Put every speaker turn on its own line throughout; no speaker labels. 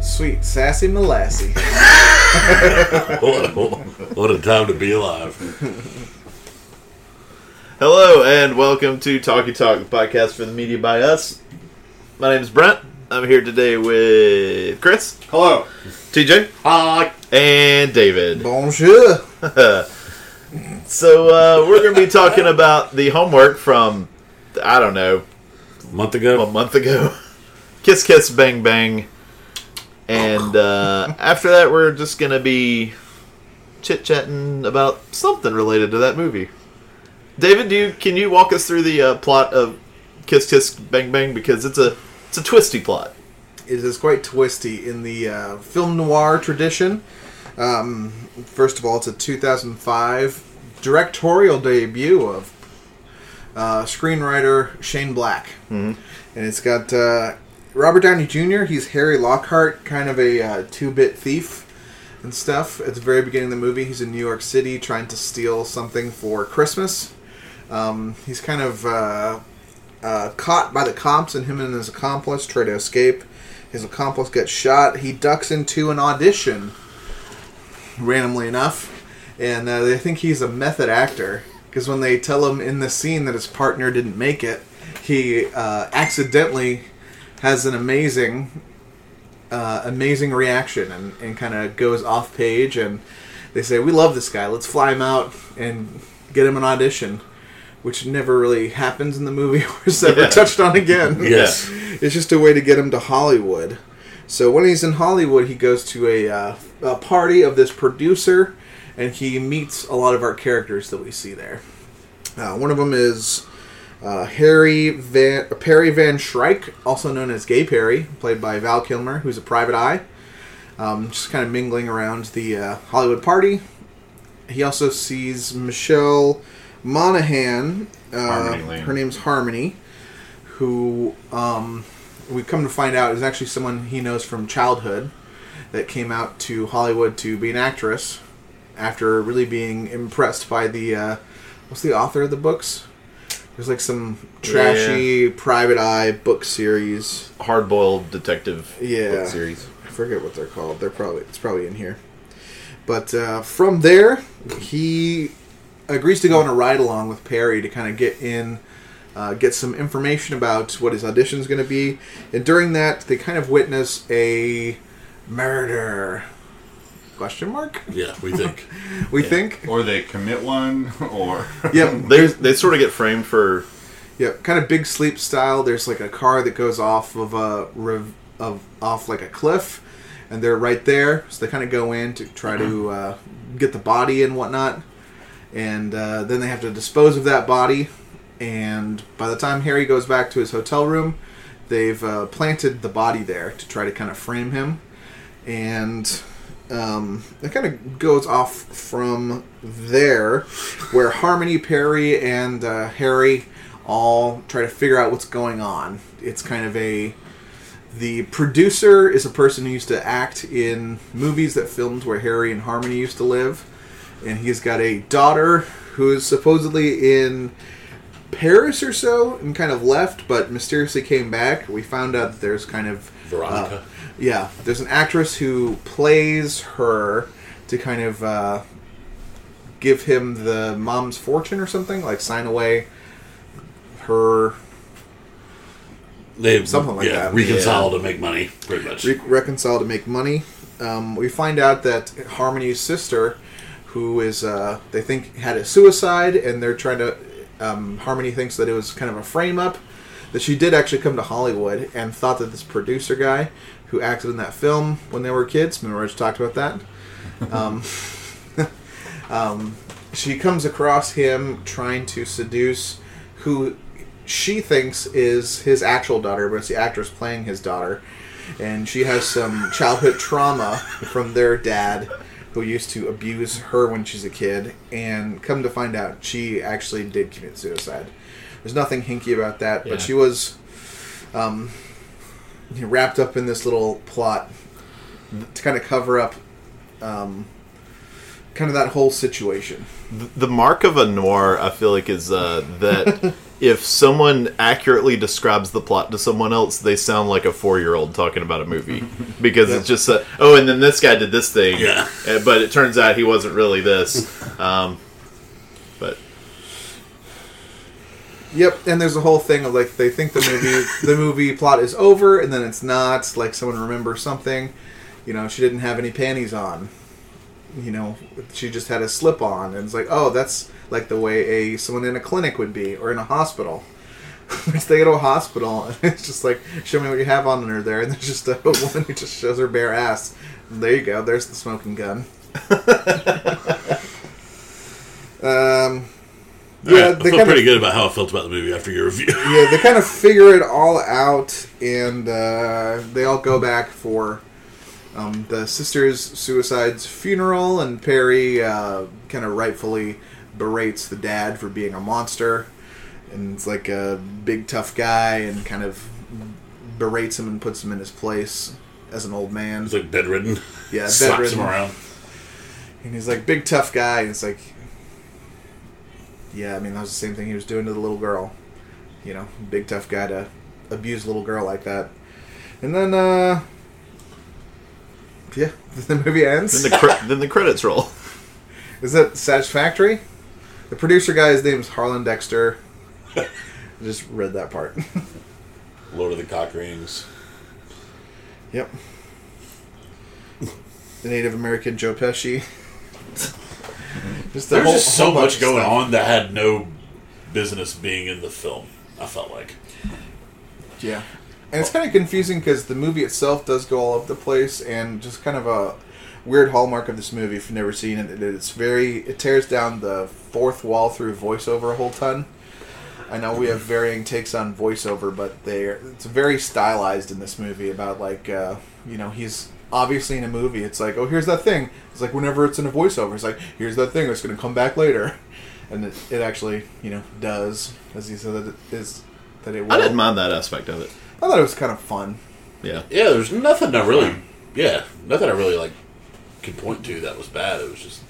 Sweet sassy molassy.
what, a, what a time to be alive.
Hello and welcome to Talkie Talk, the podcast for the media by us. My name is Brent. I'm here today with Chris,
Hello.
TJ,
Hi.
and David.
Bonjour.
So uh, we're going to be talking about the homework from I don't know
month
a
ago,
month ago, Kiss Kiss Bang Bang, and uh, after that we're just going to be chit chatting about something related to that movie. David, do you can you walk us through the uh, plot of Kiss Kiss Bang Bang because it's a it's a twisty plot.
It is quite twisty in the uh, film noir tradition. Um, first of all, it's a 2005 directorial debut of uh, screenwriter Shane Black, mm-hmm. and it's got uh, Robert Downey Jr. He's Harry Lockhart, kind of a uh, two-bit thief and stuff. At the very beginning of the movie, he's in New York City trying to steal something for Christmas. Um, he's kind of uh, uh, caught by the cops, and him and his accomplice try to escape. His accomplice gets shot. He ducks into an audition, randomly enough, and uh, they think he's a method actor because when they tell him in the scene that his partner didn't make it, he uh, accidentally has an amazing, uh, amazing reaction and, and kind of goes off page. And they say, "We love this guy. Let's fly him out and get him an audition." Which never really happens in the movie or is ever
Yeah.
touched on again.
Yes.
It's just a way to get him to Hollywood. So when he's in Hollywood, he goes to a, uh, a party of this producer, and he meets a lot of our characters that we see there. Uh, one of them is uh, Harry Van, Perry Van Shrike, also known as Gay Perry, played by Val Kilmer, who's a private eye. Um, just kind of mingling around the uh, Hollywood party. He also sees Michelle Monaghan. Uh,
Harmony Lane.
her name's Harmony, who um, we come to find out is actually someone he knows from childhood that came out to Hollywood to be an actress after really being impressed by the uh, what's the author of the books? There's like some trashy private eye book series.
Hard boiled detective
Yeah.
book series.
I forget what they're called. They're probably it's probably in here. But uh, from there, he agrees to go on a ride along with Perry to kind of get in, uh, get some information about what his audition is going to be. And during that, they kind of witness a murder. Question mark?
yeah, we think.
We think.
Or they commit one, or
Yep.
They they sort of get framed for
Yeah, kind of big sleep style. There's like a car that goes off of a rev- of off like a cliff, and they're right there. So they kind of go in to try to uh, get the body and whatnot, and uh, then they have to dispose of that body. And by the time Harry goes back to his hotel room, they've uh, planted the body there to try to kind of frame him, and. Um, it kind of goes off from there, where Harmony, Perry, and uh, Harry all try to figure out what's going on. It's kind of a the producer is a person who used to act in movies that filmed where Harry and Harmony used to live, and he's got a daughter who is supposedly in Paris or so and kind of left, but mysteriously came back. We found out that there's kind of
Veronica.
uh, yeah, there's an actress who plays her to kind of uh, give him the mom's fortune or something, like sign away her
They
something like
yeah,
that.
Reconcile to make money, pretty much.
re- reconcile to make money. Um, we find out that Harmony's sister, who is uh, they think had a suicide, and they're trying to. Um, Harmony thinks that it was kind of a frame up. That she did actually come to Hollywood and thought that this producer guy who acted in that film when they were kids. Remember, I just talked about that. Um, um, she comes across him trying to seduce who she thinks is his actual daughter, but it's the actress playing his daughter. And she has some childhood trauma from their dad, who used to abuse her when she's a kid. And come to find out, she actually did commit suicide. There's nothing hinky about that,
Yeah.
but she was um, wrapped up in this little plot to kind of cover up um, kind of that whole situation.
the mark of a noir. I feel like is uh, that if someone accurately describes the plot to someone else, they sound like a four year old talking about a movie because it's just uh, oh, and then this guy did this thing,
Yeah.
uh, but it turns out he wasn't really this. Um, but
Yep, and there's a whole thing of like they think the movie the movie plot is over, and then it's not. Like someone remembers something, you know, she didn't have any panties on, you know, she just had a slip on, and it's like, oh, that's like the way a someone in a clinic would be or in a hospital. Which they go to a hospital, and it's just like, show me what you have on her there, and there's just a woman who just shows her bare ass. There you go. There's the smoking gun. um.
Yeah,
they
I felt
kinda-
pretty good about how I felt about the movie after your review.
yeah, they kind of figure it all out, and uh, they all go back for um, the sister's suicide's funeral, and Perry uh, kind of rightfully berates the dad for being a monster, and it's like a big tough guy, and kind of berates him and puts him in his place as an old man.
He's like bedridden.
yeah,
Slaps
bedridden.
him around.
And he's like big tough guy, and it's like, yeah, I mean that was the same thing he was doing to the little girl, you know, big tough guy to abuse a little girl like that. And then, uh, yeah, the movie ends.
then the cre- then the credits roll.
Is that satisfactory? The producer guy's name is Harlan Dexter. I just read that part.
Lord of the Cock Rings.
yep. The Native American Joe Pesci. just the
There's
whole-
just
whole
so
bunch
much
of
going
stuff.
on that had no business being in the film. I felt like.
Yeah. And it's kind of confusing because the movie itself does go all over the place, and just kind of a weird hallmark of this movie, if you've never seen it, it- it's very. It tears down the fourth wall through voiceover a whole ton. I know we have varying takes on voiceover, but they it's very stylized in this movie about like uh, you know he's obviously in a movie. It's like oh here's that thing. It's like whenever it's in a voiceover, it's like here's that thing that's going to come back later, and it, it actually you know does as he said that it is that it will.
I didn't mind that aspect of it.
I thought it was kind of fun.
Yeah,
Yeah, there's nothing I really. Yeah, nothing I really like could point to that was bad. It was just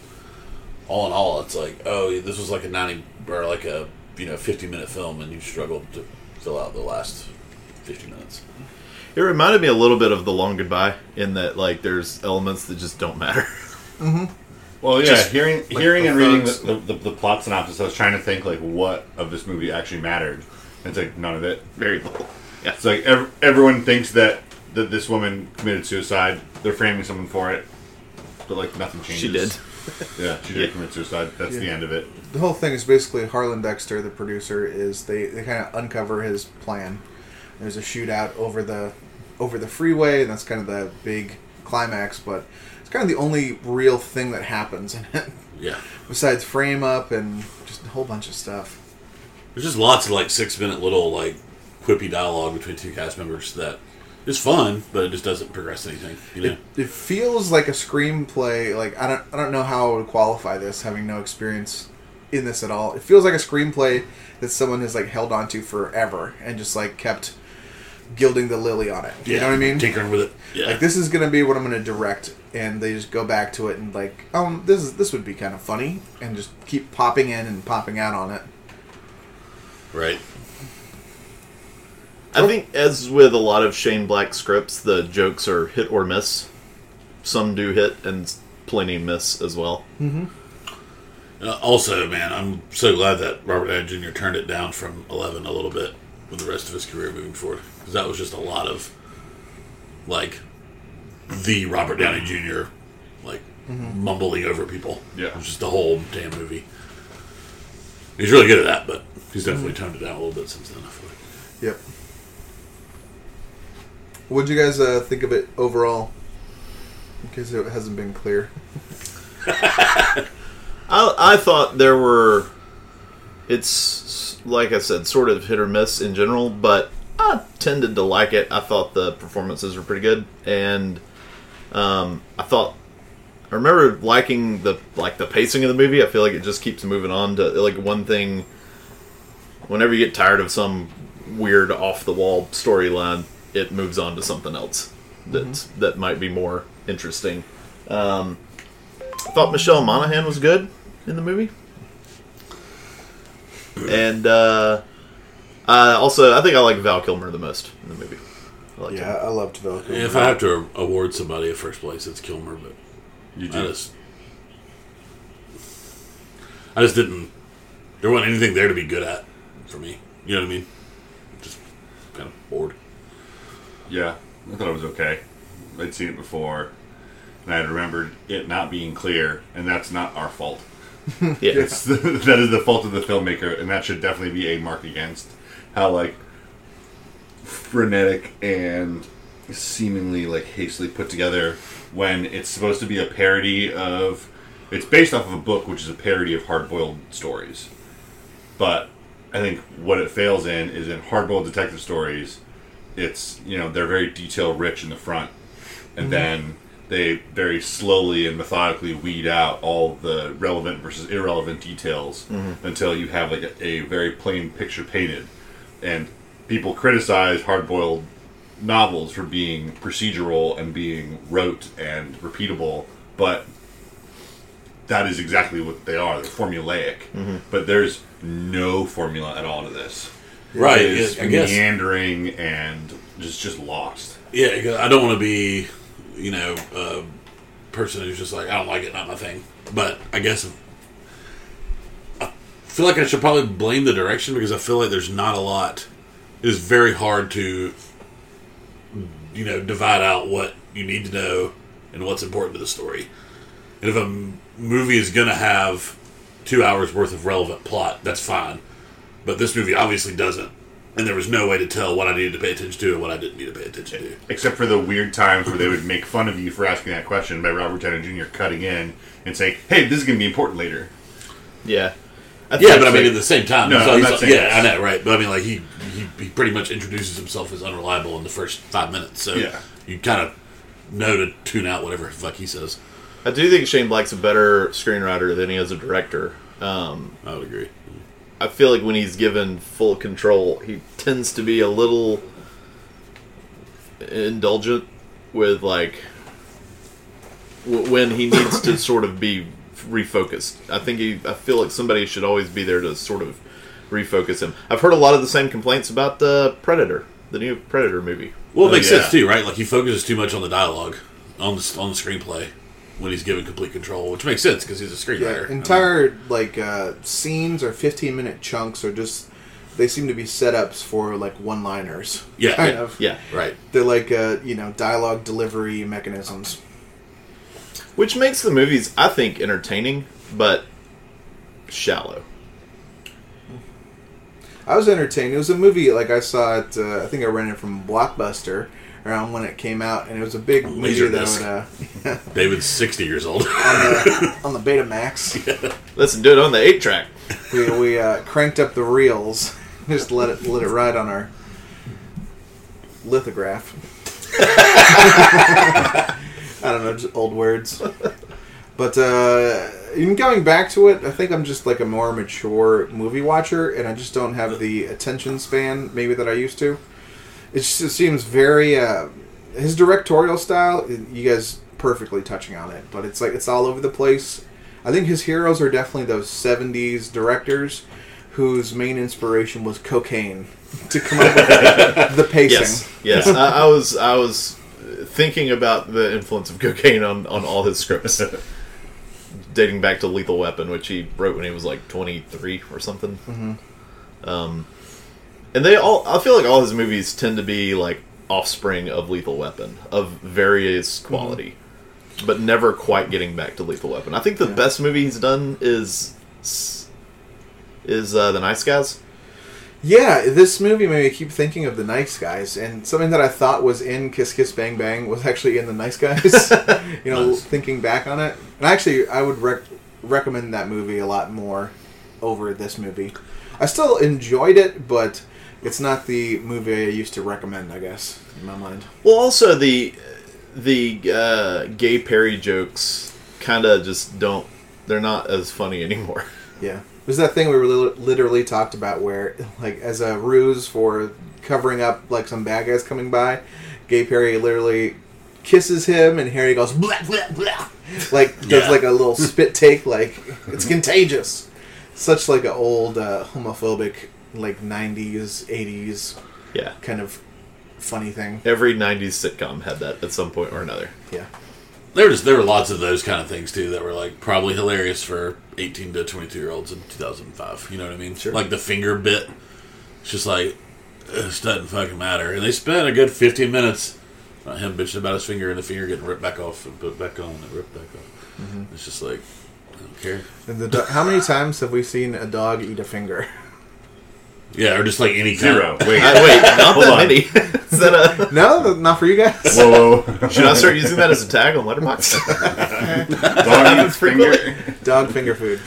all in all, it's like oh, this was like a ninety or like a you know fifty minute film, and you struggled to fill out the last fifty minutes.
it reminded me a little bit of the Long Goodbye in that like there's elements that just don't matter.
Well, yeah,
Just
hearing hearing and reading
thugs.
the, the, the, the plot synopsis, I was trying to think like what of this movie actually mattered. And it's like none of it.
Very little.
It's like ev- everyone thinks that that this woman committed suicide. They're framing someone for it, but like nothing changes.
She did.
Yeah, she did commit suicide. That's the
Yeah.
end of it.
The whole thing is basically Harlan Dexter, the producer, is they, they kind of uncover his plan. There's a shootout over the over the freeway, and that's kind of the big climax. But it's kind of the only real thing that happens in it,
Yeah,
besides frame up and just a whole bunch of stuff.
there's just lots of like six minute little like quippy dialogue between two cast members that is fun, but it just doesn't progress anything. You know,
It feels like a screenplay. Like I don't, I don't know how I would qualify this, having no experience in this at all. It feels like a screenplay that someone has like held onto forever and just like kept gilding the lily on it. You know what I mean?
Tinkering with it. Yeah,
Like this is gonna be what I'm gonna direct, and they just go back to it and like, um, this is this would be kind of funny, and just keep popping in and popping out on it.
right.
I think, as with a lot of Shane Black scripts, the jokes are hit or miss. Some do hit, and plenty miss as well.
Uh, also, man, I'm so glad that Robert Downey Jr. turned it down from 11 a little bit with the rest of his career moving forward because that was just a lot of like the Robert Downey Jr. like mumbling over people.
Yeah.
it was just the whole damn movie. He's really good at that, but he's definitely toned it down a little bit since then. I feel like.
Yep. What'd you guys uh, think of it overall? Because it hasn't been clear.
I, I thought there were. It's, like I said, sort of hit or miss in general, but I tended to like it. I thought the performances were pretty good, and um, I thought. I remember liking the like the pacing of the movie. I feel like it just keeps moving on to like one thing. Whenever you get tired of some weird off the wall storyline, it moves on to something else that's that might be more interesting. Um, I thought Michelle Monaghan was good in the movie. And uh, Uh, also, I think I like Val Kilmer the most in the movie. I like
Yeah,
him.
I loved Velcro.
If I have to award somebody a first place, it's Kilmer, but
You
I
do.
just, I just didn't. There wasn't anything there to be good at for me. You know what I mean? Just kind of bored.
Yeah, I thought it was okay. I'd seen it before, and I had remembered it not being clear, and that's not our fault.
Yeah.
It's that is the fault of the filmmaker, and that should definitely be a mark against how like frenetic and seemingly like hastily put together when it's supposed to be a parody of. It's based off of a book, which is a parody of hard-boiled stories. But I think what it fails in is in hard-boiled detective stories, it's you know they're very detail rich in the front and then they very slowly and methodically weed out all the relevant versus irrelevant details until you have like a, a very plain picture painted and people criticize hard-boiled novels for being procedural and being rote and repeatable but that is exactly what they are they're formulaic but there's no formula at all to this
Right.
It is
yeah, I guess.
meandering and just just lost.
Yeah, 'cause I don't want to be, you know, a person who's just like, I don't like it, not my thing. But I guess I feel like I should probably blame the direction because I feel like there's not a lot. It is very hard to, you know, divide out what you need to know and what's important to the story. And if a m- movie is going to have two hours worth of relevant plot, that's fine. But this movie obviously doesn't. And there was no way to tell what I needed to pay attention to and what I didn't need to pay attention to.
Except for the weird times where they would make fun of you for asking that question by Robert Downey Jr. cutting in and saying, "Hey, this is going to be important later."
yeah. I think
Yeah, but I
it's
mean,
like-
at the same time,
No,
so
I'm
he's
not
like-
saying
yeah, I
this.
know, right? But I mean, like he, he he pretty much introduces himself as unreliable in the first five minutes, so
Yeah.
you kind of know to tune out whatever the fuck he says.
I do think Shane Black's a better screenwriter than he is a director. Um,
I would agree.
I feel like when he's given full control, he tends to be a little indulgent with like w- when he needs to sort of be refocused. I think he, I feel like somebody should always be there to sort of refocus him. I've heard a lot of the same complaints about the Predator, the new Predator movie. Oh,
Well, it makes
Oh, yeah.
sense too, right? Like he focuses too much on the dialogue, on the s- on the screenplay when he's given complete control, which makes sense because he's a
Yeah,
screenwriter.
entire like uh, scenes or fifteen minute chunks are just they seem to be setups for like one liners.
Yeah,
kind
yeah.
of.
Yeah.
right?
They're like uh, you know dialogue delivery mechanisms.
Which makes the movies, I think, entertaining, but shallow.
I was entertained. It was a movie like I saw it. Uh, I think I rented it from Blockbuster around when it came out, and it was a big movie that
Laserdisc.
would, uh,
David's sixty years old.
on the Betamax.
Let's do it on the eight track.
we we uh, cranked up the reels, just let it let it ride on our lithograph. I don't know, just old words. But uh, even going back to it, I think I'm just like a more mature movie watcher, and I just don't have the attention span maybe that I used to. It just seems very uh, his directorial style. You guys perfectly touching on it, but it's like it's all over the place. I think his heroes are definitely those '70s directors whose main inspiration was cocaine to come up with the pacing.
Yes, yes. I, I was, I was thinking about the influence of cocaine on, on all his scripts, dating back to Lethal Weapon, which he wrote when he was like twenty three or something. Um, and they all, I feel like all his movies tend to be like offspring of Lethal Weapon of various quality, but never quite getting back to Lethal Weapon. I think the best movie he's done is is uh, the Nice Guys.
Yeah, this movie made me keep thinking of the Nice Guys, and something that I thought was in Kiss Kiss Bang Bang was actually in the Nice Guys. you know,
Nice.
thinking back on it, and actually, I would rec- recommend that movie a lot more over this movie. I still enjoyed it, but it's not the movie I used to recommend. I guess in my mind.
Well, also the the uh, gay Perry jokes kind of just don't. They're not as funny anymore.
Yeah. It was that thing we li- literally talked about where, like, as a ruse for covering up, like, some bad guys coming by, Gay Perry literally kisses him, and Harry goes, blah, blah, blah. Like, does,
Yeah.
like, a little spit take, like, it's contagious. Such, like, an old uh, homophobic like 90s, 80s
Yeah.
kind of funny thing.
Every 90s sitcom had that at some point or another.
Yeah.
There was there were lots of those kind of things too that were like probably hilarious for eighteen to twenty two year olds in two thousand five. You know what I mean?
Sure.
Like the finger bit. It's just like it doesn't fucking matter. And they spent a good fifteen minutes on him bitching about his finger and the finger getting ripped back off and put back on and ripped back off.
Mm-hmm.
It's just like I don't care.
And the do- how many times have we seen a dog eat a finger?
Yeah, or just like any kind
Zero. Wait.
Uh, wait, not
Hold
that
on.
many. Is that a-
No, th- not for you guys.
Whoa, whoa.
should I start using that as a tag on Letterboxd?
Dog eats finger.
dog finger food.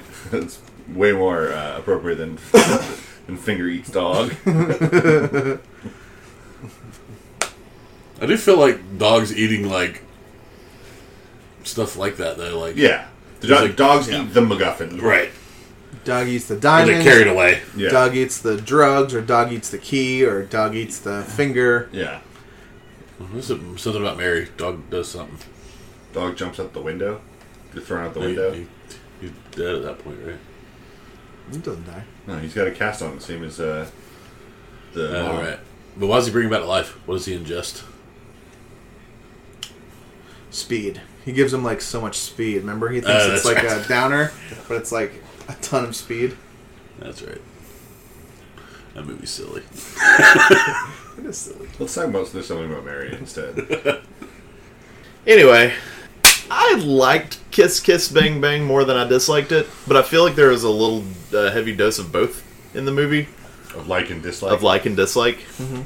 That's way more uh, appropriate than than finger eats dog.
I do feel like dogs eating like stuff like that though. Like
Yeah. The do-
Like-
dogs
yeah.
eat the MacGuffin.
right.
Dog eats the
Or they
diamonds.
carried away.
Yeah.
Dog eats the drugs, or dog eats the key, or dog eats the finger.
Yeah.
There's a- something about Mary. Dog does something.
Dog jumps out the window. You're thrown out the
You-
window.
you- You're dead at that point, right?
It doesn't die.
No, he's got a cast on, same as uh, the.
Uh,
mom.
All right. But why is he bringing back to life? What does he ingest?
Speed. He gives him like so much speed. Remember, he thinks
Oh,
it's
that's
like
right.
a downer, but it's like a ton of speed.
That's right. That movie's silly.
It is silly.
Let's talk about there's something about Mary instead.
anyway, I liked Kiss Kiss Bang Bang more than I disliked it, but I feel like there was a little uh, heavy dose of both in the movie.
of like Mm-hmm. and dislike.
of like and dislike,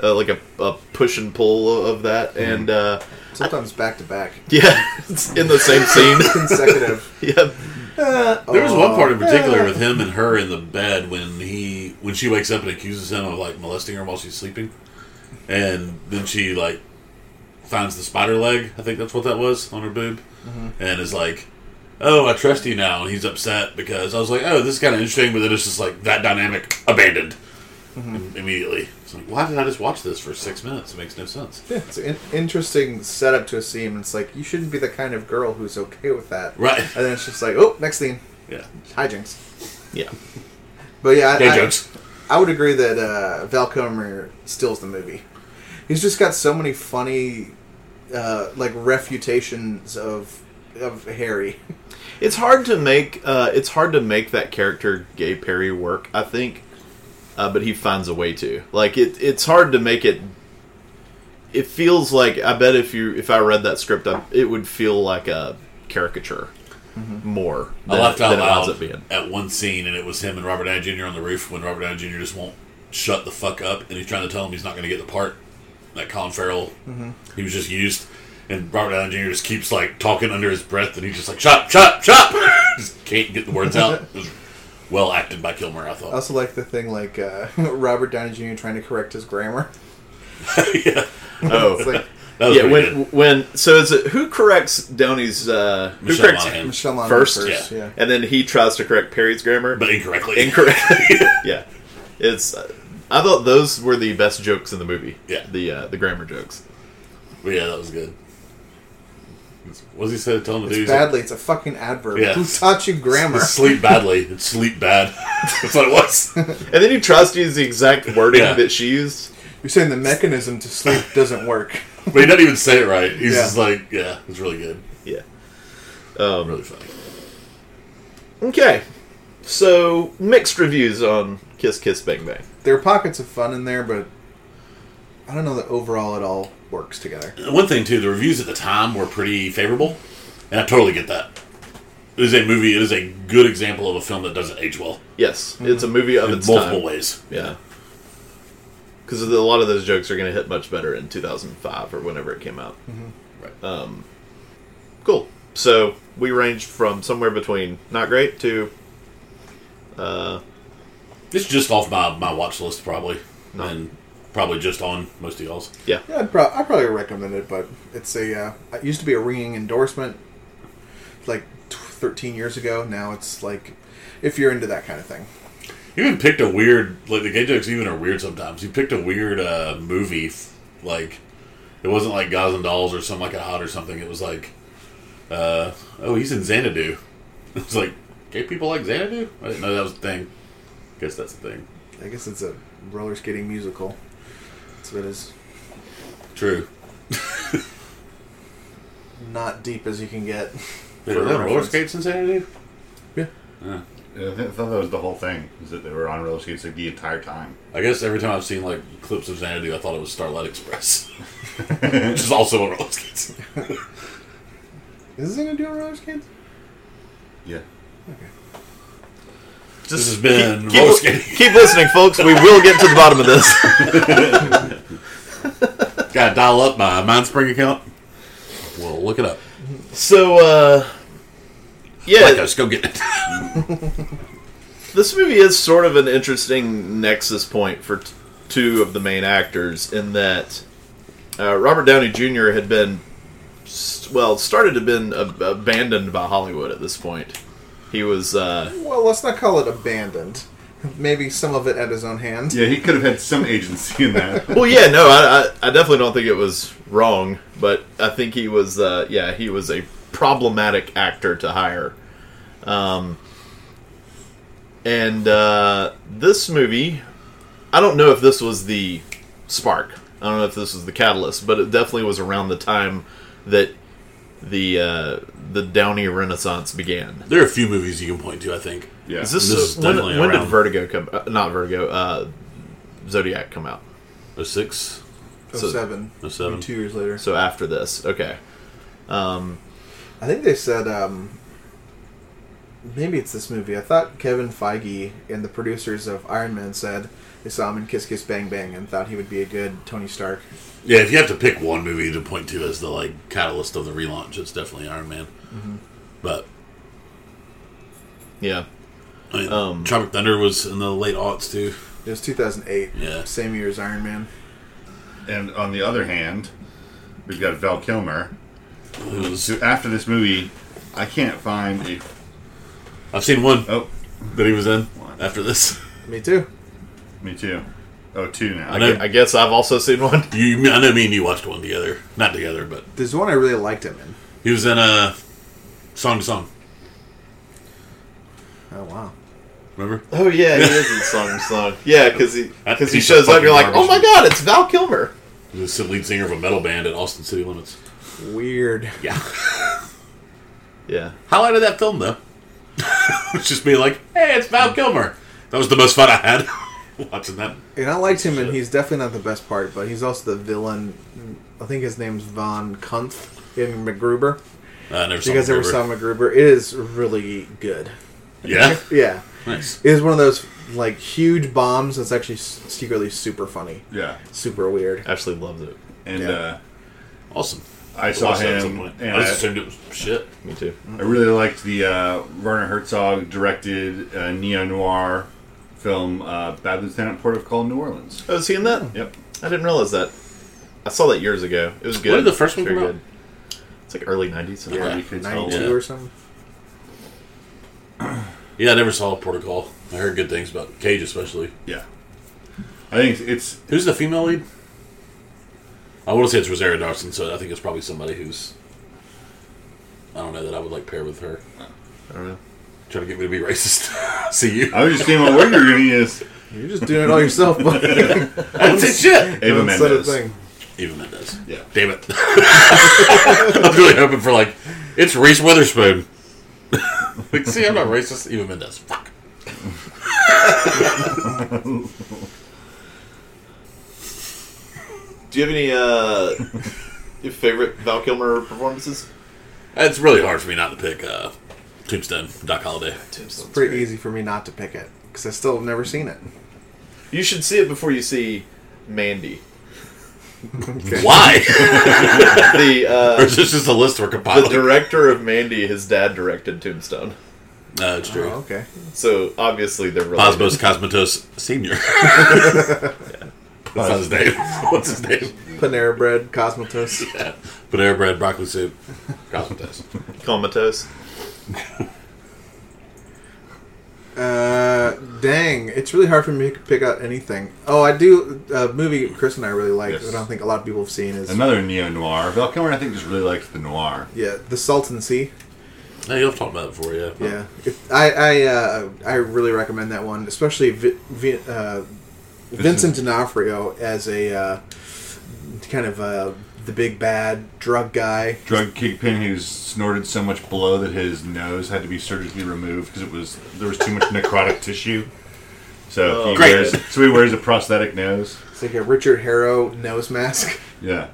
uh, like a, a push and pull of that,
Mm-hmm.
and uh,
Sometimes back to back,
yeah, it's in the same scene.
consecutive.
yeah,
There was one part in
Oh.
particular with him and her in the bed when he when she wakes up and accuses him of like molesting her while she's sleeping, and then she like finds the spider leg. I think that's what that was on her boob, and is like, "Oh, I trust you now." And he's upset because I was like, "Oh, this is kind of interesting," but then it's just like that dynamic abandoned im- immediately. It's like, why did I just watch this for six minutes? It makes no sense.
Yeah, it's an interesting setup to a scene. It's like you shouldn't be the kind of girl who's okay with that,
Right.
And then it's just like, oh, next scene,
Yeah.
hijinks.
yeah.
But yeah,
Gay
I, I,
jokes.
I would agree that uh, Val Kilmer steals the movie. He's just got so many funny, uh, like refutations of of Harry.
It's hard to make uh, it's hard to make that character Gay Perry work. I think, uh, but he finds a way to. Like it, it's hard to make it. It feels like I bet if you if I read that script, I, it would feel like a caricature
Mm-hmm.
more
I
than,
laughed out
than it ends
loud
up being.
at one scene, and it was him and Robert Downey Jr. on the roof when Robert Downey Jr. just won't shut the fuck up, and he's trying to tell him he's not going to get the part. That Colin Farrell,
Mm-hmm.
he was just used, and Robert Downey Jr. just keeps like talking under his breath, and he's just like chop, chop, chop, just can't get the words out. It was well acted by Kilmer, I
I
thought.
also like the thing like uh, Robert Downey Jr. trying to correct his grammar.
yeah,
Oh,
It's like
that was
yeah,
pretty
when
good.
when so is it who corrects Downey's uh, who
Michelle
corrects
Monaghan.
Michelle Monaghan
First?
first,
Yeah.
yeah.
and then he tries to correct Perry's grammar,
but incorrectly.
incorrect. yeah, it's. Uh, I thought those were the best jokes in the movie.
Yeah.
the uh, the grammar jokes.
But yeah, that was good. It's- What was he said? Telling the dude
It's
he's like,
badly. It's a fucking adverb.
Yeah.
Who taught you grammar?
sleep badly. It's sleep bad. That's what it was.
And then he tries to use the exact wording
Yeah.
that she used.
You're saying the mechanism to sleep doesn't work.
But he doesn't even say it right. He's
Yeah.
just like, yeah, it's really good.
Yeah.
Really funny.
Okay. So mixed reviews on Kiss Kiss Bang Bang.
There are pockets of fun in there, but I don't know that overall it all works together.
One thing, too, the reviews at the time were pretty favorable, and I totally get that. It is a movie, it is a good example of a film that doesn't age well
Yes, it's a movie of
Mm-hmm. in
its
multiple
time.
ways.
Yeah. Because a lot of those jokes are going to hit much better in 2005 or whenever it came out.
Mm-hmm. Right.
Um, cool. So we ranged from somewhere between not great to uh,
It's just off my, my watch list, probably,
No.
and probably just on most of y'all's.
yeah.
Yeah, I'd prob- I probably recommend it, but it's a uh, it used to be a ringing endorsement, like t- 13 years ago. Now it's like if you're into that kind of thing.
You even picked a weird, like, the gay jokes even are weird sometimes. You picked a weird uh, movie, f- like, it wasn't like Guys and Dolls or something like a hot or something. It was like, uh, oh, he's in Xanadu. It was like, gay people like Xanadu? I didn't know that was a thing. guess that's the thing.
I guess it's a roller skating musical. That's what it is.
True.
Not deep as you can get.
They
For
don't have roller
reference.
skates in San Diego?
Yeah.
Uh,
I thi- I thought that was the whole thing, is that they were on roller skates like the entire time.
I guess every time I've seen like clips of Xanadu, I thought it was Starlight Express, which is also on roller skates.
Is this gonna do roller skates?
Yeah.
Just
This has been
keep,
roller
keep,
skating.
keep listening, folks. We will get to the bottom of this.
Got to dial up my MindSpring account. Well, look it up.
So, uh,
Like
yeah,
us, go get it.
this movie is sort of an interesting nexus point for t- two of the main actors in that uh, Robert Downey Jr. had been, s- well, started to been ab- abandoned by Hollywood at this point. He was, uh,
Well, let's not call it abandoned. Maybe some of it at his own hand.
Yeah, he could have had some agency in that.
well, yeah, no, I, I, I definitely don't think it was wrong, but I think he was, uh, yeah, he was a problematic actor to hire. Um, and uh, this movie, I don't know if this was the spark. I don't know if this was the catalyst, but it definitely was around the time that the uh, the Downey Renaissance began.
There are a few movies you can point to. I think.
Yeah.
Is
This
this, uh,
is
when,
definitely
when did
around.
Vertigo come? Uh, not Vertigo. Uh, Zodiac come out.
Oh six,
Oh,
So-
seven.
oh seven.
Two years later.
So after this, okay.
I think they said um, maybe it's this movie. I thought Kevin Feige and the producers of Iron Man said they saw him in Kiss Kiss Bang Bang and thought he would be a good Tony Stark.
Yeah, if you have to pick one movie to point to as the like catalyst of the relaunch, it's definitely Iron Man. But
Yeah.
I mean,
Um,
Tropic Thunder was in the late aughts too.
It was 2008.
Yeah.
Same year as Iron Man.
And on the other hand, we've got Val Kilmer.
It was-
So after this movie, I can't find a.
I've seen one
Oh,
that he was in after this.
Me too.
me too. Oh, two now.
I know.
I guess I've also seen one.
You, I know me and you watched one together, not together, but
There's one I really liked him in.
he was in a song to song.
Oh wow.
Remember?
Oh yeah, he is in Song of Song. Yeah, because he
That
because he
piece of
shows up, you're like,
fucking
oh my
garbage.
god, it's Val Kilmer.
He was the lead singer of a metal band at Austin City Limits.
Weird.
Yeah.
Yeah,
Highlight of that film though. it's just me like, hey, it's Val Kilmer. That was the most fun I had watching that.
And I liked him, and he's definitely not the best part, but he's also the villain. I think his name's Von Kuntz in MacGruber.
Uh, I never
Do
saw
you guys ever
River.
saw MacGruber? It is really good.
Yeah.
Yeah.
Nice.
It is one of those like huge bombs that's actually s- secretly super funny,
yeah.
super weird.
actually loves it.
And
Yeah.
uh,
Awesome.
I saw
Watched that at some
him.
point.
And
I
I,
just assumed it was shit.
Me too.
I really liked the uh, Werner Herzog directed uh, neo noir film uh, Bad Lieutenant Port of Call, New Orleans.
Oh, is he in that?
Yep.
I didn't realize that. I saw that years ago. It was good.
did the first one
Very
come out?
good. It's like early '90s.
Yeah.
Yeah,
you could tell,
ninety two
yeah.
or something.
Yeah, I never saw Protocol. I heard good things about Cage, especially.
Yeah. I think it's
Who's the female lead? I want to say it's Rosario Dawson, so I think it's probably somebody who's. I don't know that I would like pair with her.
I don't know.
Trying to get me to be racist. See you.
I was just seeing what word you're going to use.
You're just doing it all yourself, buddy.
That's it, shit.
Ava
Instead of
Mendes.
thing.
Even that does.
Yeah.
Damn it. I was really hoping for like, it's Reese Witherspoon. like, see, I'm not racist. Even Mendez. Fuck.
Do you have any uh, your favorite Val Kilmer performances?
It's really hard for me not to pick uh, Tombstone, Doc Holliday.
It's pretty easy for me not to pick it because I still have never seen it.
You should see it before you see Mandy.
Why?
The
or
uh,
is this just a list we're
the
compiling?
director of Mandy, his dad directed Tombstone,
no, it's true.
Oh, okay.
so obviously they're related.
Cosmos Cosmatos Senior. That's not his name. What's his name?
Panera Bread, Cosmatos.
Yeah. Panera bread, broccoli soup, Cosmatos.
Comatose.
Uh, dang, it's really hard for me to pick out anything. Oh, I do a movie Chris and I really like
Yes.
that I don't think a lot of people have seen is
Another neo noir. Val Kilmer, I think, just really likes the noir.
yeah, The Salton Sea.
Hey, you've talked about it before, yeah.
Yeah, If- I I uh, I really recommend that one, especially Vi- Vi- uh, Vincent D'Onofrio as a uh, kind of uh, the big bad drug guy.
Drug kingpin who snorted so much blow that his nose had to be surgically removed because it was there was too much necrotic tissue. So he
Oh, great.
wears so he wears a prosthetic nose.
It's like a Richard Harrow nose mask.
Yeah.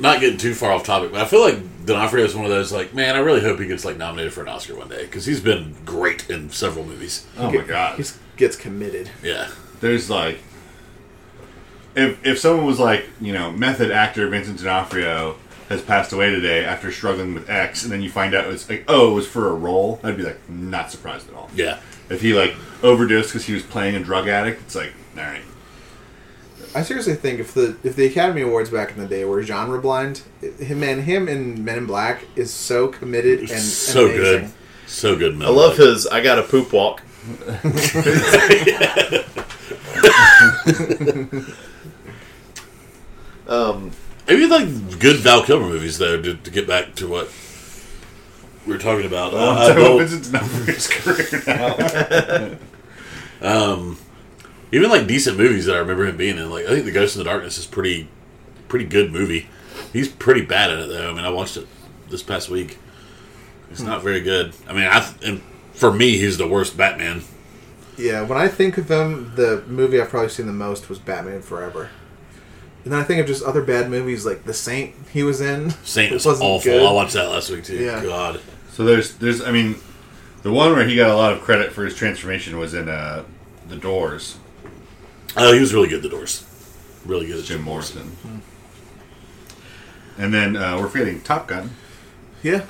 Not getting too far off topic, but I feel like D'Onofrio is one of those like, man, I really hope he gets like nominated for an Oscar one day because he's been great in several movies.
Oh my
Get-
god.
he gets committed.
Yeah,
there's like if if someone was like you know method actor Vincent D'Onofrio has passed away today after struggling with X, and then you find out it's like oh it was for a role, I'd be like not surprised at all.
yeah.
If he like overdosed because he was playing a drug addict, it's like all right.
I seriously think if the if the Academy Awards back in the day were genre blind, him and him and Men in Black is so committed and
so
amazing.
good, so good.
I love his I got a poop walk.
Maybe like good Val Kilmer movies though. To, to get back to what we were talking about, Uh,
I'm
I
talking about
don't-
Vincent D'Onofrio's career now.
even like decent movies that I remember him being in. Like I think The Ghost in the Darkness is pretty, pretty good movie. He's pretty bad at it though. I mean, I watched it this past week. It's not very good. I mean, I th- and for me, he's the worst Batman.
Yeah, when I think of them, the movie I've probably seen the most was Batman Forever. And then I think of just other bad movies like The Saint he was in.
Saint
It
is
wasn't
awful.
good.
I watched that last week too.
Yeah.
God,
so there's there's I mean, the one where he got a lot of credit for his transformation was in uh, The Doors,
oh, he was really good. at The Doors, really good. At
Jim Morrison. And then uh, we're forgetting Top Gun.
Yeah.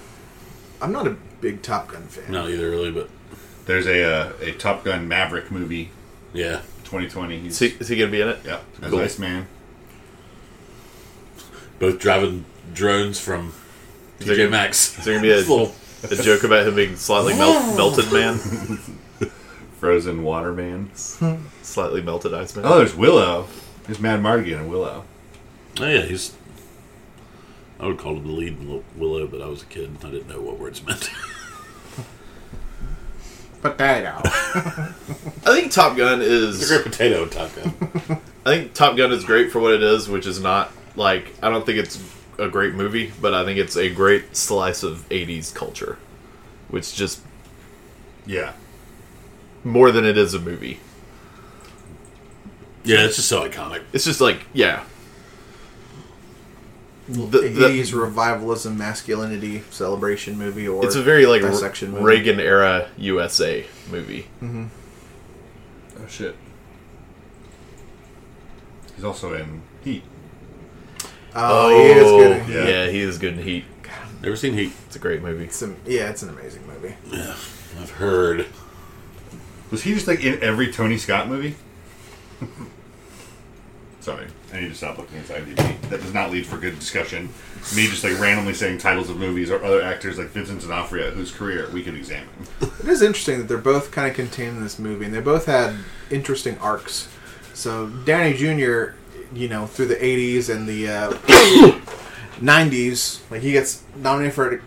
I'm not a big Top Gun fan.
Not either really, but
There's a uh, a Top Gun Maverick movie,
yeah.
2020. He's,
Is he, is he gonna be in it?
yeah, as
Cool.
Iceman.
both driving drones from
there
TJ
gonna-
Maxx. Oh,
Is there gonna be a,
Little-
a joke about him being slightly melt, melted man,
Frozen Waterman.
slightly melted ice man?
Oh, there's Willow. There's Mad Mardigan and Willow.
Oh yeah, he's. I would call him the lead in Lil- Willow, but I was a kid. and I didn't know what words meant.
Potato.
I think Top Gun is.
potato taco.
I think Top Gun is great for what it is, which is not like I don't think it's a great movie, but I think it's a great slice of '80s culture, which just
Yeah.
more than it is a movie.
yeah, it's just so iconic.
It's just like yeah, the-
80s revivalism masculinity celebration movie or
it's a very like
dissection movie.
Reagan era USA movie.
Oh shit. He's also in Heat.
Oh, he is good.
yeah.
Oh, yeah. he is good in Heat.
Never seen Heat.
It's a great movie.
It's a, yeah, it's an amazing movie.
I've heard.
Was he just like in every Tony Scott movie? Sorry, I need to stop looking at IMDb. That does not lead for good discussion. Me just like randomly saying titles of movies or other actors like Vincent D'Onofrio, whose career we could examine.
It is interesting that they're both kind of contained in this movie, and they both had interesting arcs. So Danny Jr., you know, through the '80s and the uh, '90s, like he gets nominated for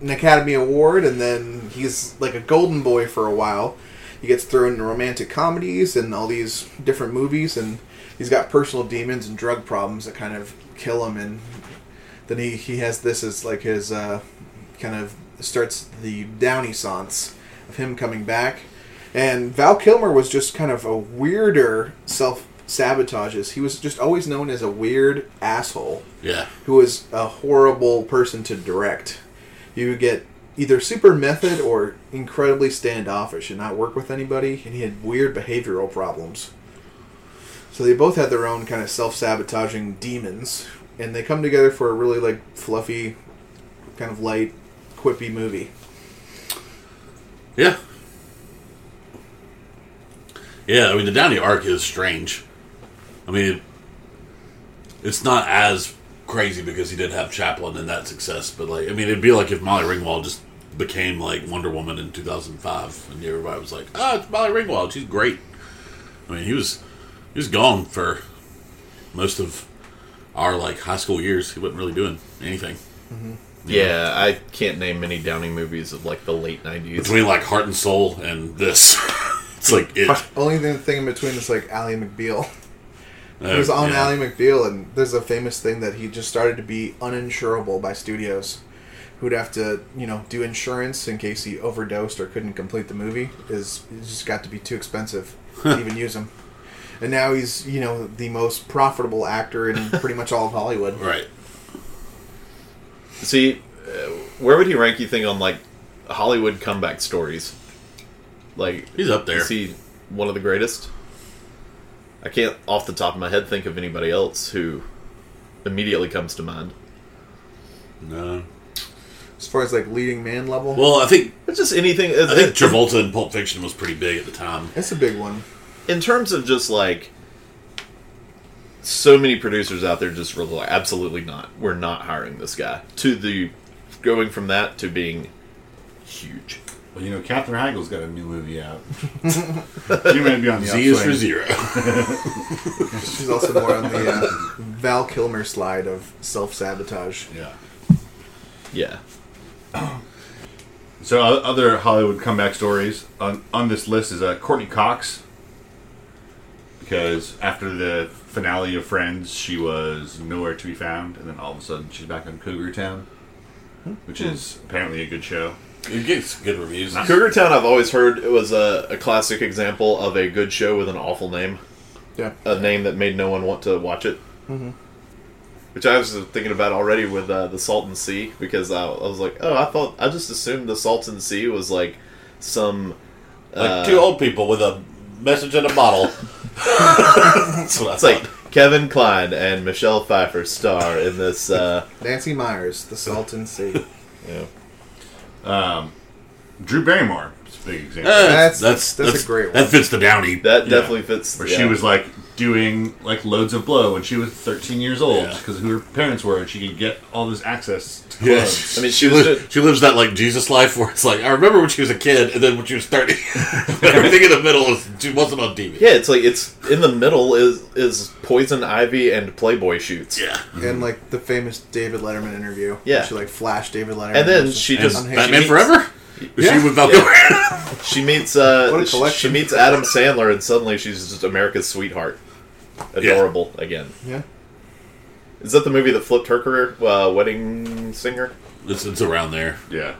an Academy Award, and then he's like a golden boy for a while. He gets thrown into romantic comedies and all these different movies, and he's got personal demons and drug problems that kind of kill him. And then he, he has this as like his uh, kind of starts the downisance of him coming back. And Val Kilmer was just kind of a weirder self sabotages. He was just always known as a weird asshole
Yeah,
who was a horrible person to direct. You would get either super method or incredibly standoffish and not work with anybody, and he had weird behavioral problems. So they both had their own kind of self-sabotaging demons, and they come together for a really like fluffy, kind of light, quippy movie.
yeah, yeah. I mean, the Downey arc is strange. I mean, it's not as crazy because he did have Chaplin and that success, but like, I mean, it'd be like if Molly Ringwald just became like Wonder Woman in 2005, and everybody was like, "Ah, it's Molly Ringwald. She's great." I mean, he was he was gone for most of our like high school years. He wasn't really doing anything.
Yeah, I can't name many Downing movies of like the late nineties.
Between like Heart and Soul and this, it's like it.
Only the thing in between is like Ally McBeal.
uh,
He was on
yeah.
Ally McBeal, and there's a famous thing that he just started to be uninsurable by studios, who'd have to, you know, do insurance in case he overdosed or couldn't complete the movie. Is it just got to be too expensive to even use him. And now he's, you know, the most profitable actor in pretty much all of Hollywood.
Right.
See, uh, where would he rank? You think on like Hollywood comeback stories? Like,
He's up there.
is he one of the greatest? I can't, off the top of my head, think of anybody else who immediately comes to mind.
No.
As far as like leading man level,
Well, I think
It's just anything.
I think Travolta in Pulp Fiction was pretty big at the time.
that's a big one.
in terms of just like so many producers out there just were like absolutely not we're not hiring this guy to the going from that to being huge
Well, you know, Catherine Heigl's got a new movie out. she might be on the
Z is for
upswing.
zero.
She's also more on the uh, Val Kilmer slide of self sabotage.
Yeah.
yeah
So o- other Hollywood comeback stories on, on this list is uh, Courtney Cox, because after the finale of Friends, she was nowhere to be found, and then all of a sudden she's back on Cougar Town,
Hmm.
which is apparently a good show.
It gets good reviews.
cougar town i've always heard it was a, a classic example of a good show with an awful name
Yeah.
a name that made no one want to watch it which i was thinking about already with uh, the salton sea because I, I was like oh i thought i just assumed the salton sea was like some
Like two old people with a message in a bottle. That's what I
It's like Kevin Klein and Michelle Pfeiffer star in this. Uh,
Nancy Myers, the Salton Sea.
yeah.
Drew Barrymore is a big example.
That's-
that's,
that's
that's,
a great
That fits the downy.
That
Yeah.
definitely fits.
where
yeah.
she was like doing like loads of blow when she was 13 years old
Yeah.
because who her parents were and she could get all this access to
Yeah.
clothes.
I mean, she was
li-
ju-
she lives that like Jesus life where it's like I remember when she was a kid and then when she was thirty. Everything in the middle is she wasn't on TV.
Yeah, it's like it's in the middle is is poison ivy and Playboy shoots.
Yeah.
and like the famous David Letterman interview.
Yeah.
she like flashed David Letterman,
And then
versus-
she
And
just
Unhinged.
Batman
she meets-
Forever. Was
Yeah.
She with Val Kilmer?
She meets uh
What a
sh- she
collection.
meets Adam Sandler and suddenly she's just America's sweetheart. Adorable again.
yeah,
Is that the movie that flipped her career? Uh, Wedding Singer.
It's, it's around there.
yeah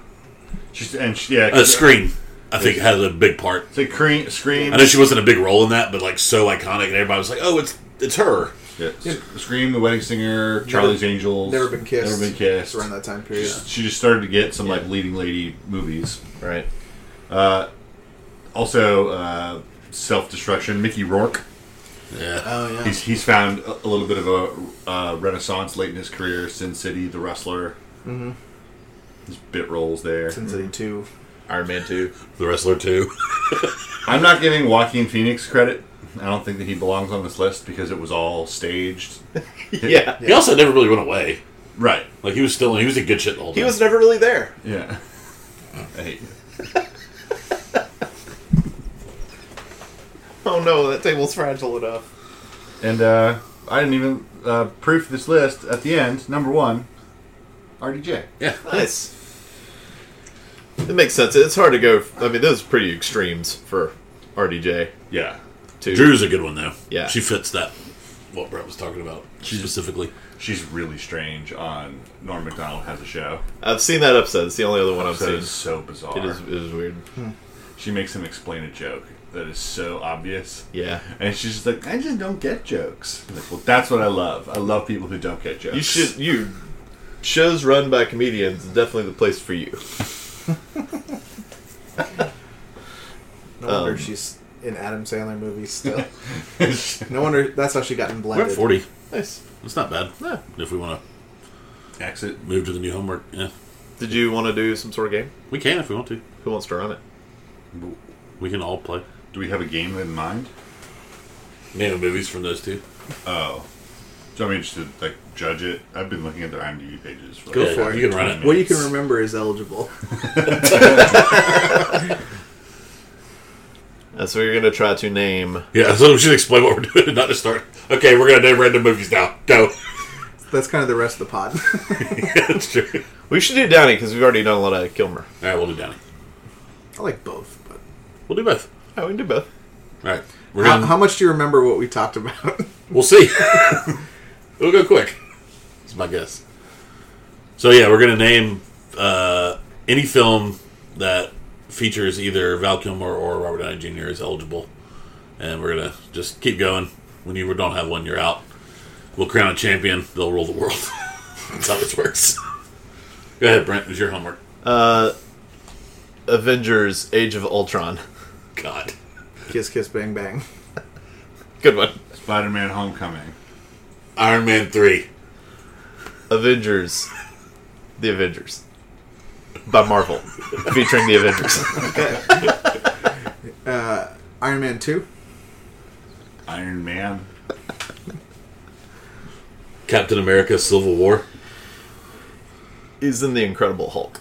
she's and she, yeah
Uh, Scream, I think, has a big part.
it's like scream, scream
I know she wasn't a big role in that, but like so iconic, and everybody was like, "Oh, it's it's her."
Yeah, S- Scream, The Wedding Singer, Charlie's Angels.
never been kissed.
Never been
It's
kissed.
around that time period.
She just started to get some like leading lady movies.
Right.
Also, uh, self destruction. Mickey Rourke.
Yeah,
Oh yeah,
He's he's found a, a little bit of a uh, renaissance late in his career. Sin City, The Wrestler. Mm-hmm. His bit roles there.
Sin City Two.
Iron Man Two.
the wrestler too.
I'm not giving Joaquin Phoenix credit. I don't think that he belongs on this list because it was all staged.
yeah.
He also never really went away.
Right.
Like he was still he was a good shit the whole
He
time.
was never really there.
Yeah. I hate you.
Oh no, that table's fragile enough.
And uh, I didn't even uh, proof this list at the end. Number one, RDJ.
yeah.
Nice. It makes sense. It's hard to go. I mean, those are pretty extremes for RDJ.
Yeah.
Too.
Drew's a good one though.
Yeah.
she fits that. What Brett was talking about specifically.
She's really strange on Norm MacDonald Has a Show.
I've seen that episode. It's the only other one I've
So
seen.
it's so bizarre.
It is, it is weird.
She makes him explain a joke that is so obvious.
Yeah.
And she's just like, I just don't get jokes. I'm like, well, that's what I love. I love people who don't get jokes.
You should. You shows run by comedians is definitely the place for you.
No wonder she's in Adam Sandler movies still. no wonder that's how she got in
We're
blended.
at forty.
Nice.
That's not bad.
Yeah.
If we want
exit.
to move to the new homework, yeah,
Did you want to do some sort of game?
we can if we want to.
Who wants to run it?
We can all play.
Do we have a game in mind?
Name the movies from those two.
Oh. So I'm interested, like, judge it. I've been looking at their IMDb pages. For,
Go
like,
for it. You can run it.
What you can remember is eligible.
Uh, so we're gonna try to name.
Yeah, so we should explain what we're doing, not to start. Okay, we're gonna name random movies now. Go.
It's That's kind of the rest of the pod.
That's true. All
We should do Downey because we've already done a lot of Kilmer.
right, we'll do Downey.
I like both. But
We'll do both.
Yeah, we can do both.
All right, we're
how,
gonna,
how much do you remember what we talked about?
we'll see. we'll go quick. It's my guess. So yeah, we're gonna name uh, any film that features either Val Kilmer or Robert Downey Jr. is eligible, and we're gonna just keep going. When you don't have one, you're out. We'll crown a champion. They'll rule the world. That's how this works. go ahead, Brent. It was your homework.
Avengers: Age of Ultron.
God.
kiss, kiss, bang, bang.
Good one.
Spider Man Homecoming.
Iron Man three.
Avengers: The Avengers by Marvel, featuring the Avengers.
Iron Man two.
Iron Man.
Captain America: Civil War.
He's in the Incredible Hulk.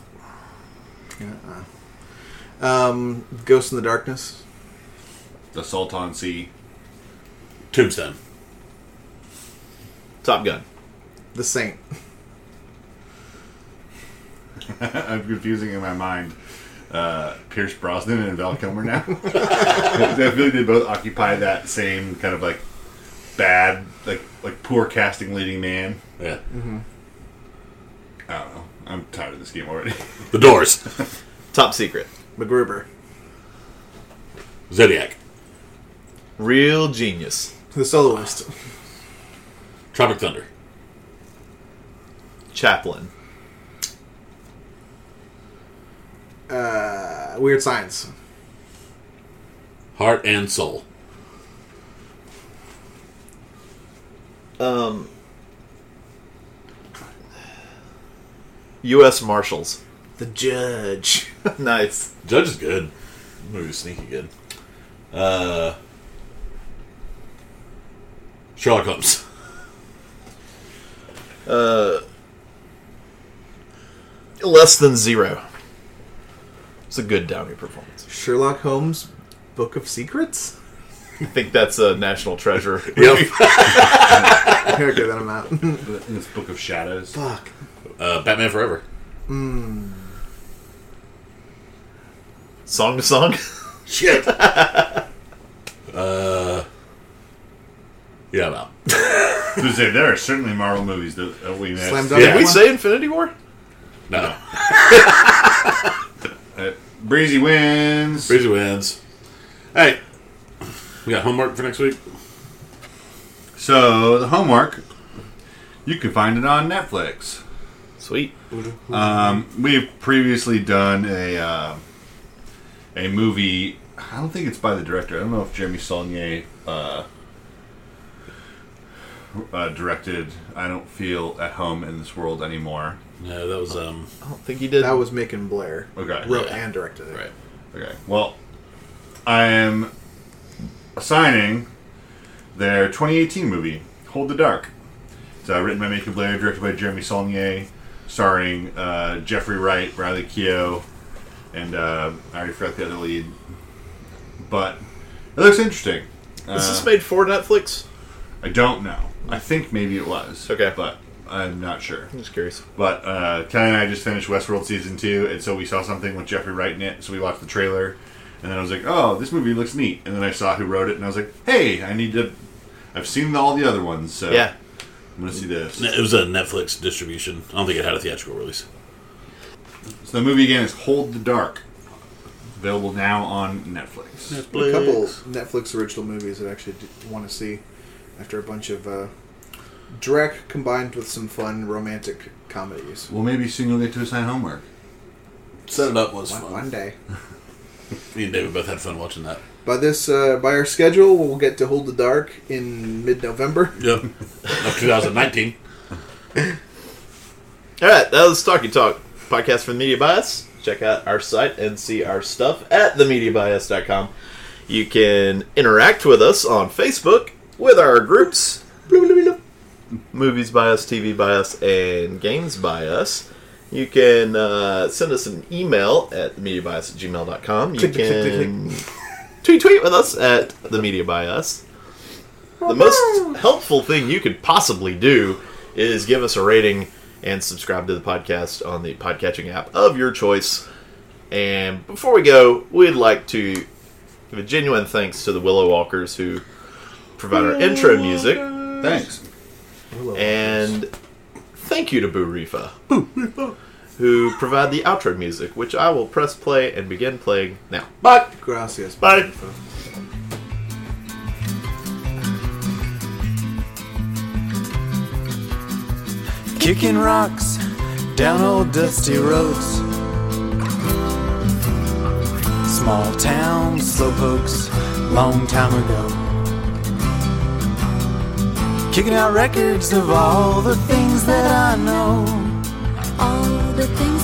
Um, Ghost in the Darkness.
The Salton Sea.
Tombstone.
Top Gun.
The Saint.
I'm confusing in my mind. Uh, Pierce Brosnan and Val Kilmer now. I feel like they both occupy that same kind of like bad, like like poor casting leading man.
Yeah.
I don't know. I'm tired of this game already.
The Doors.
Top Secret.
MacGruber.
Zodiac.
Real genius.
The soloist.
Tropic Thunder.
Chaplin.
Uh, Weird Science.
Heart and Soul.
Um. U.S. Marshals.
The Judge.
nice.
Judge is good. The movie's sneaky good. Uh, Sherlock Holmes.
Less than zero. It's a good Downey performance.
Sherlock Holmes. Book of Secrets.
I think that's a national treasure.
Yep.
okay, then I'm out.
in this book of shadows.
Fuck.
uh, Batman Forever.
song to song.
Shit. uh, yeah, I'm out.
Because there there are certainly Marvel movies that that we missed.
Slam dunk.
Yeah.
Did we say Infinity War?
No.
Uh, Breezy wins.
Breezy wins. Hey, we got homework for next week.
So the homework, you can find it on Netflix.
Sweet.
Um, we've previously done a uh, a movie. I don't think it's by the director. I don't know if Jeremy Saulnier uh, uh, directed. I don't feel at home in this world anymore.
No, that was um.
I don't think he did.
That was Macon Blair.
Okay.
Wrote
Yeah.
and directed it.
Right.
Okay. Well, I am assigning their 2018 movie, Hold the Dark. It's uh, written by Macon Blair, directed by Jeremy Saulnier, starring uh, Jeffrey Wright, Riley Keough, and uh, I already forgot the other lead. But it looks interesting.
Is
Uh,
this made for Netflix?
I don't know. I think maybe it was.
Okay.
But I'm not sure.
I'm just curious.
But uh, Kelly and I just finished Westworld season two, and so we saw something with Jeffrey Wright in it. So we watched the trailer, and then I was like, "Oh, this movie looks neat." And then I saw who wrote it, and I was like, "Hey, I need to." I've seen all the other ones, so
Yeah.
I'm gonna see this.
It was a Netflix distribution. I don't think it had a theatrical release.
So the movie again is Hold the Dark, available now on Netflix.
A couple Netflix original movies that I actually want to see after a bunch of uh, Drek combined with some fun romantic comedies.
Well, maybe soon you'll get to assign homework.
Set it up was
One,
fun.
one day.
Me and David both had fun watching that.
By this, uh, by our schedule, we'll get to Hold the Dark in mid-November.
Yep. of 2019.
All right, that was Talkie Talk, podcast from Media Bias. Check out our site and see our stuff at themediabias.com. You can interact with us on Facebook with our groups Movies Bias, TV Bias, and Games Bias. You can uh, send us an email at themediabias at gmail.com. You
Click, click, click, click,
can tweet tweet with us at the Media Bias. The most helpful thing you could possibly do is give us a rating and subscribe to the podcast on the podcatching app of your choice. And before we go, we'd like to give a genuine thanks to the Willow Walkers who provide our intro music.
Thanks.
And thank you to Boo Rifa, who provide the outro music, which I will press play and begin playing now.
But
Gracias.
Bye.
kicking rocks down old dusty roads. Small town slowpokes, long time ago. Kicking out records of all the things that I know.
all the things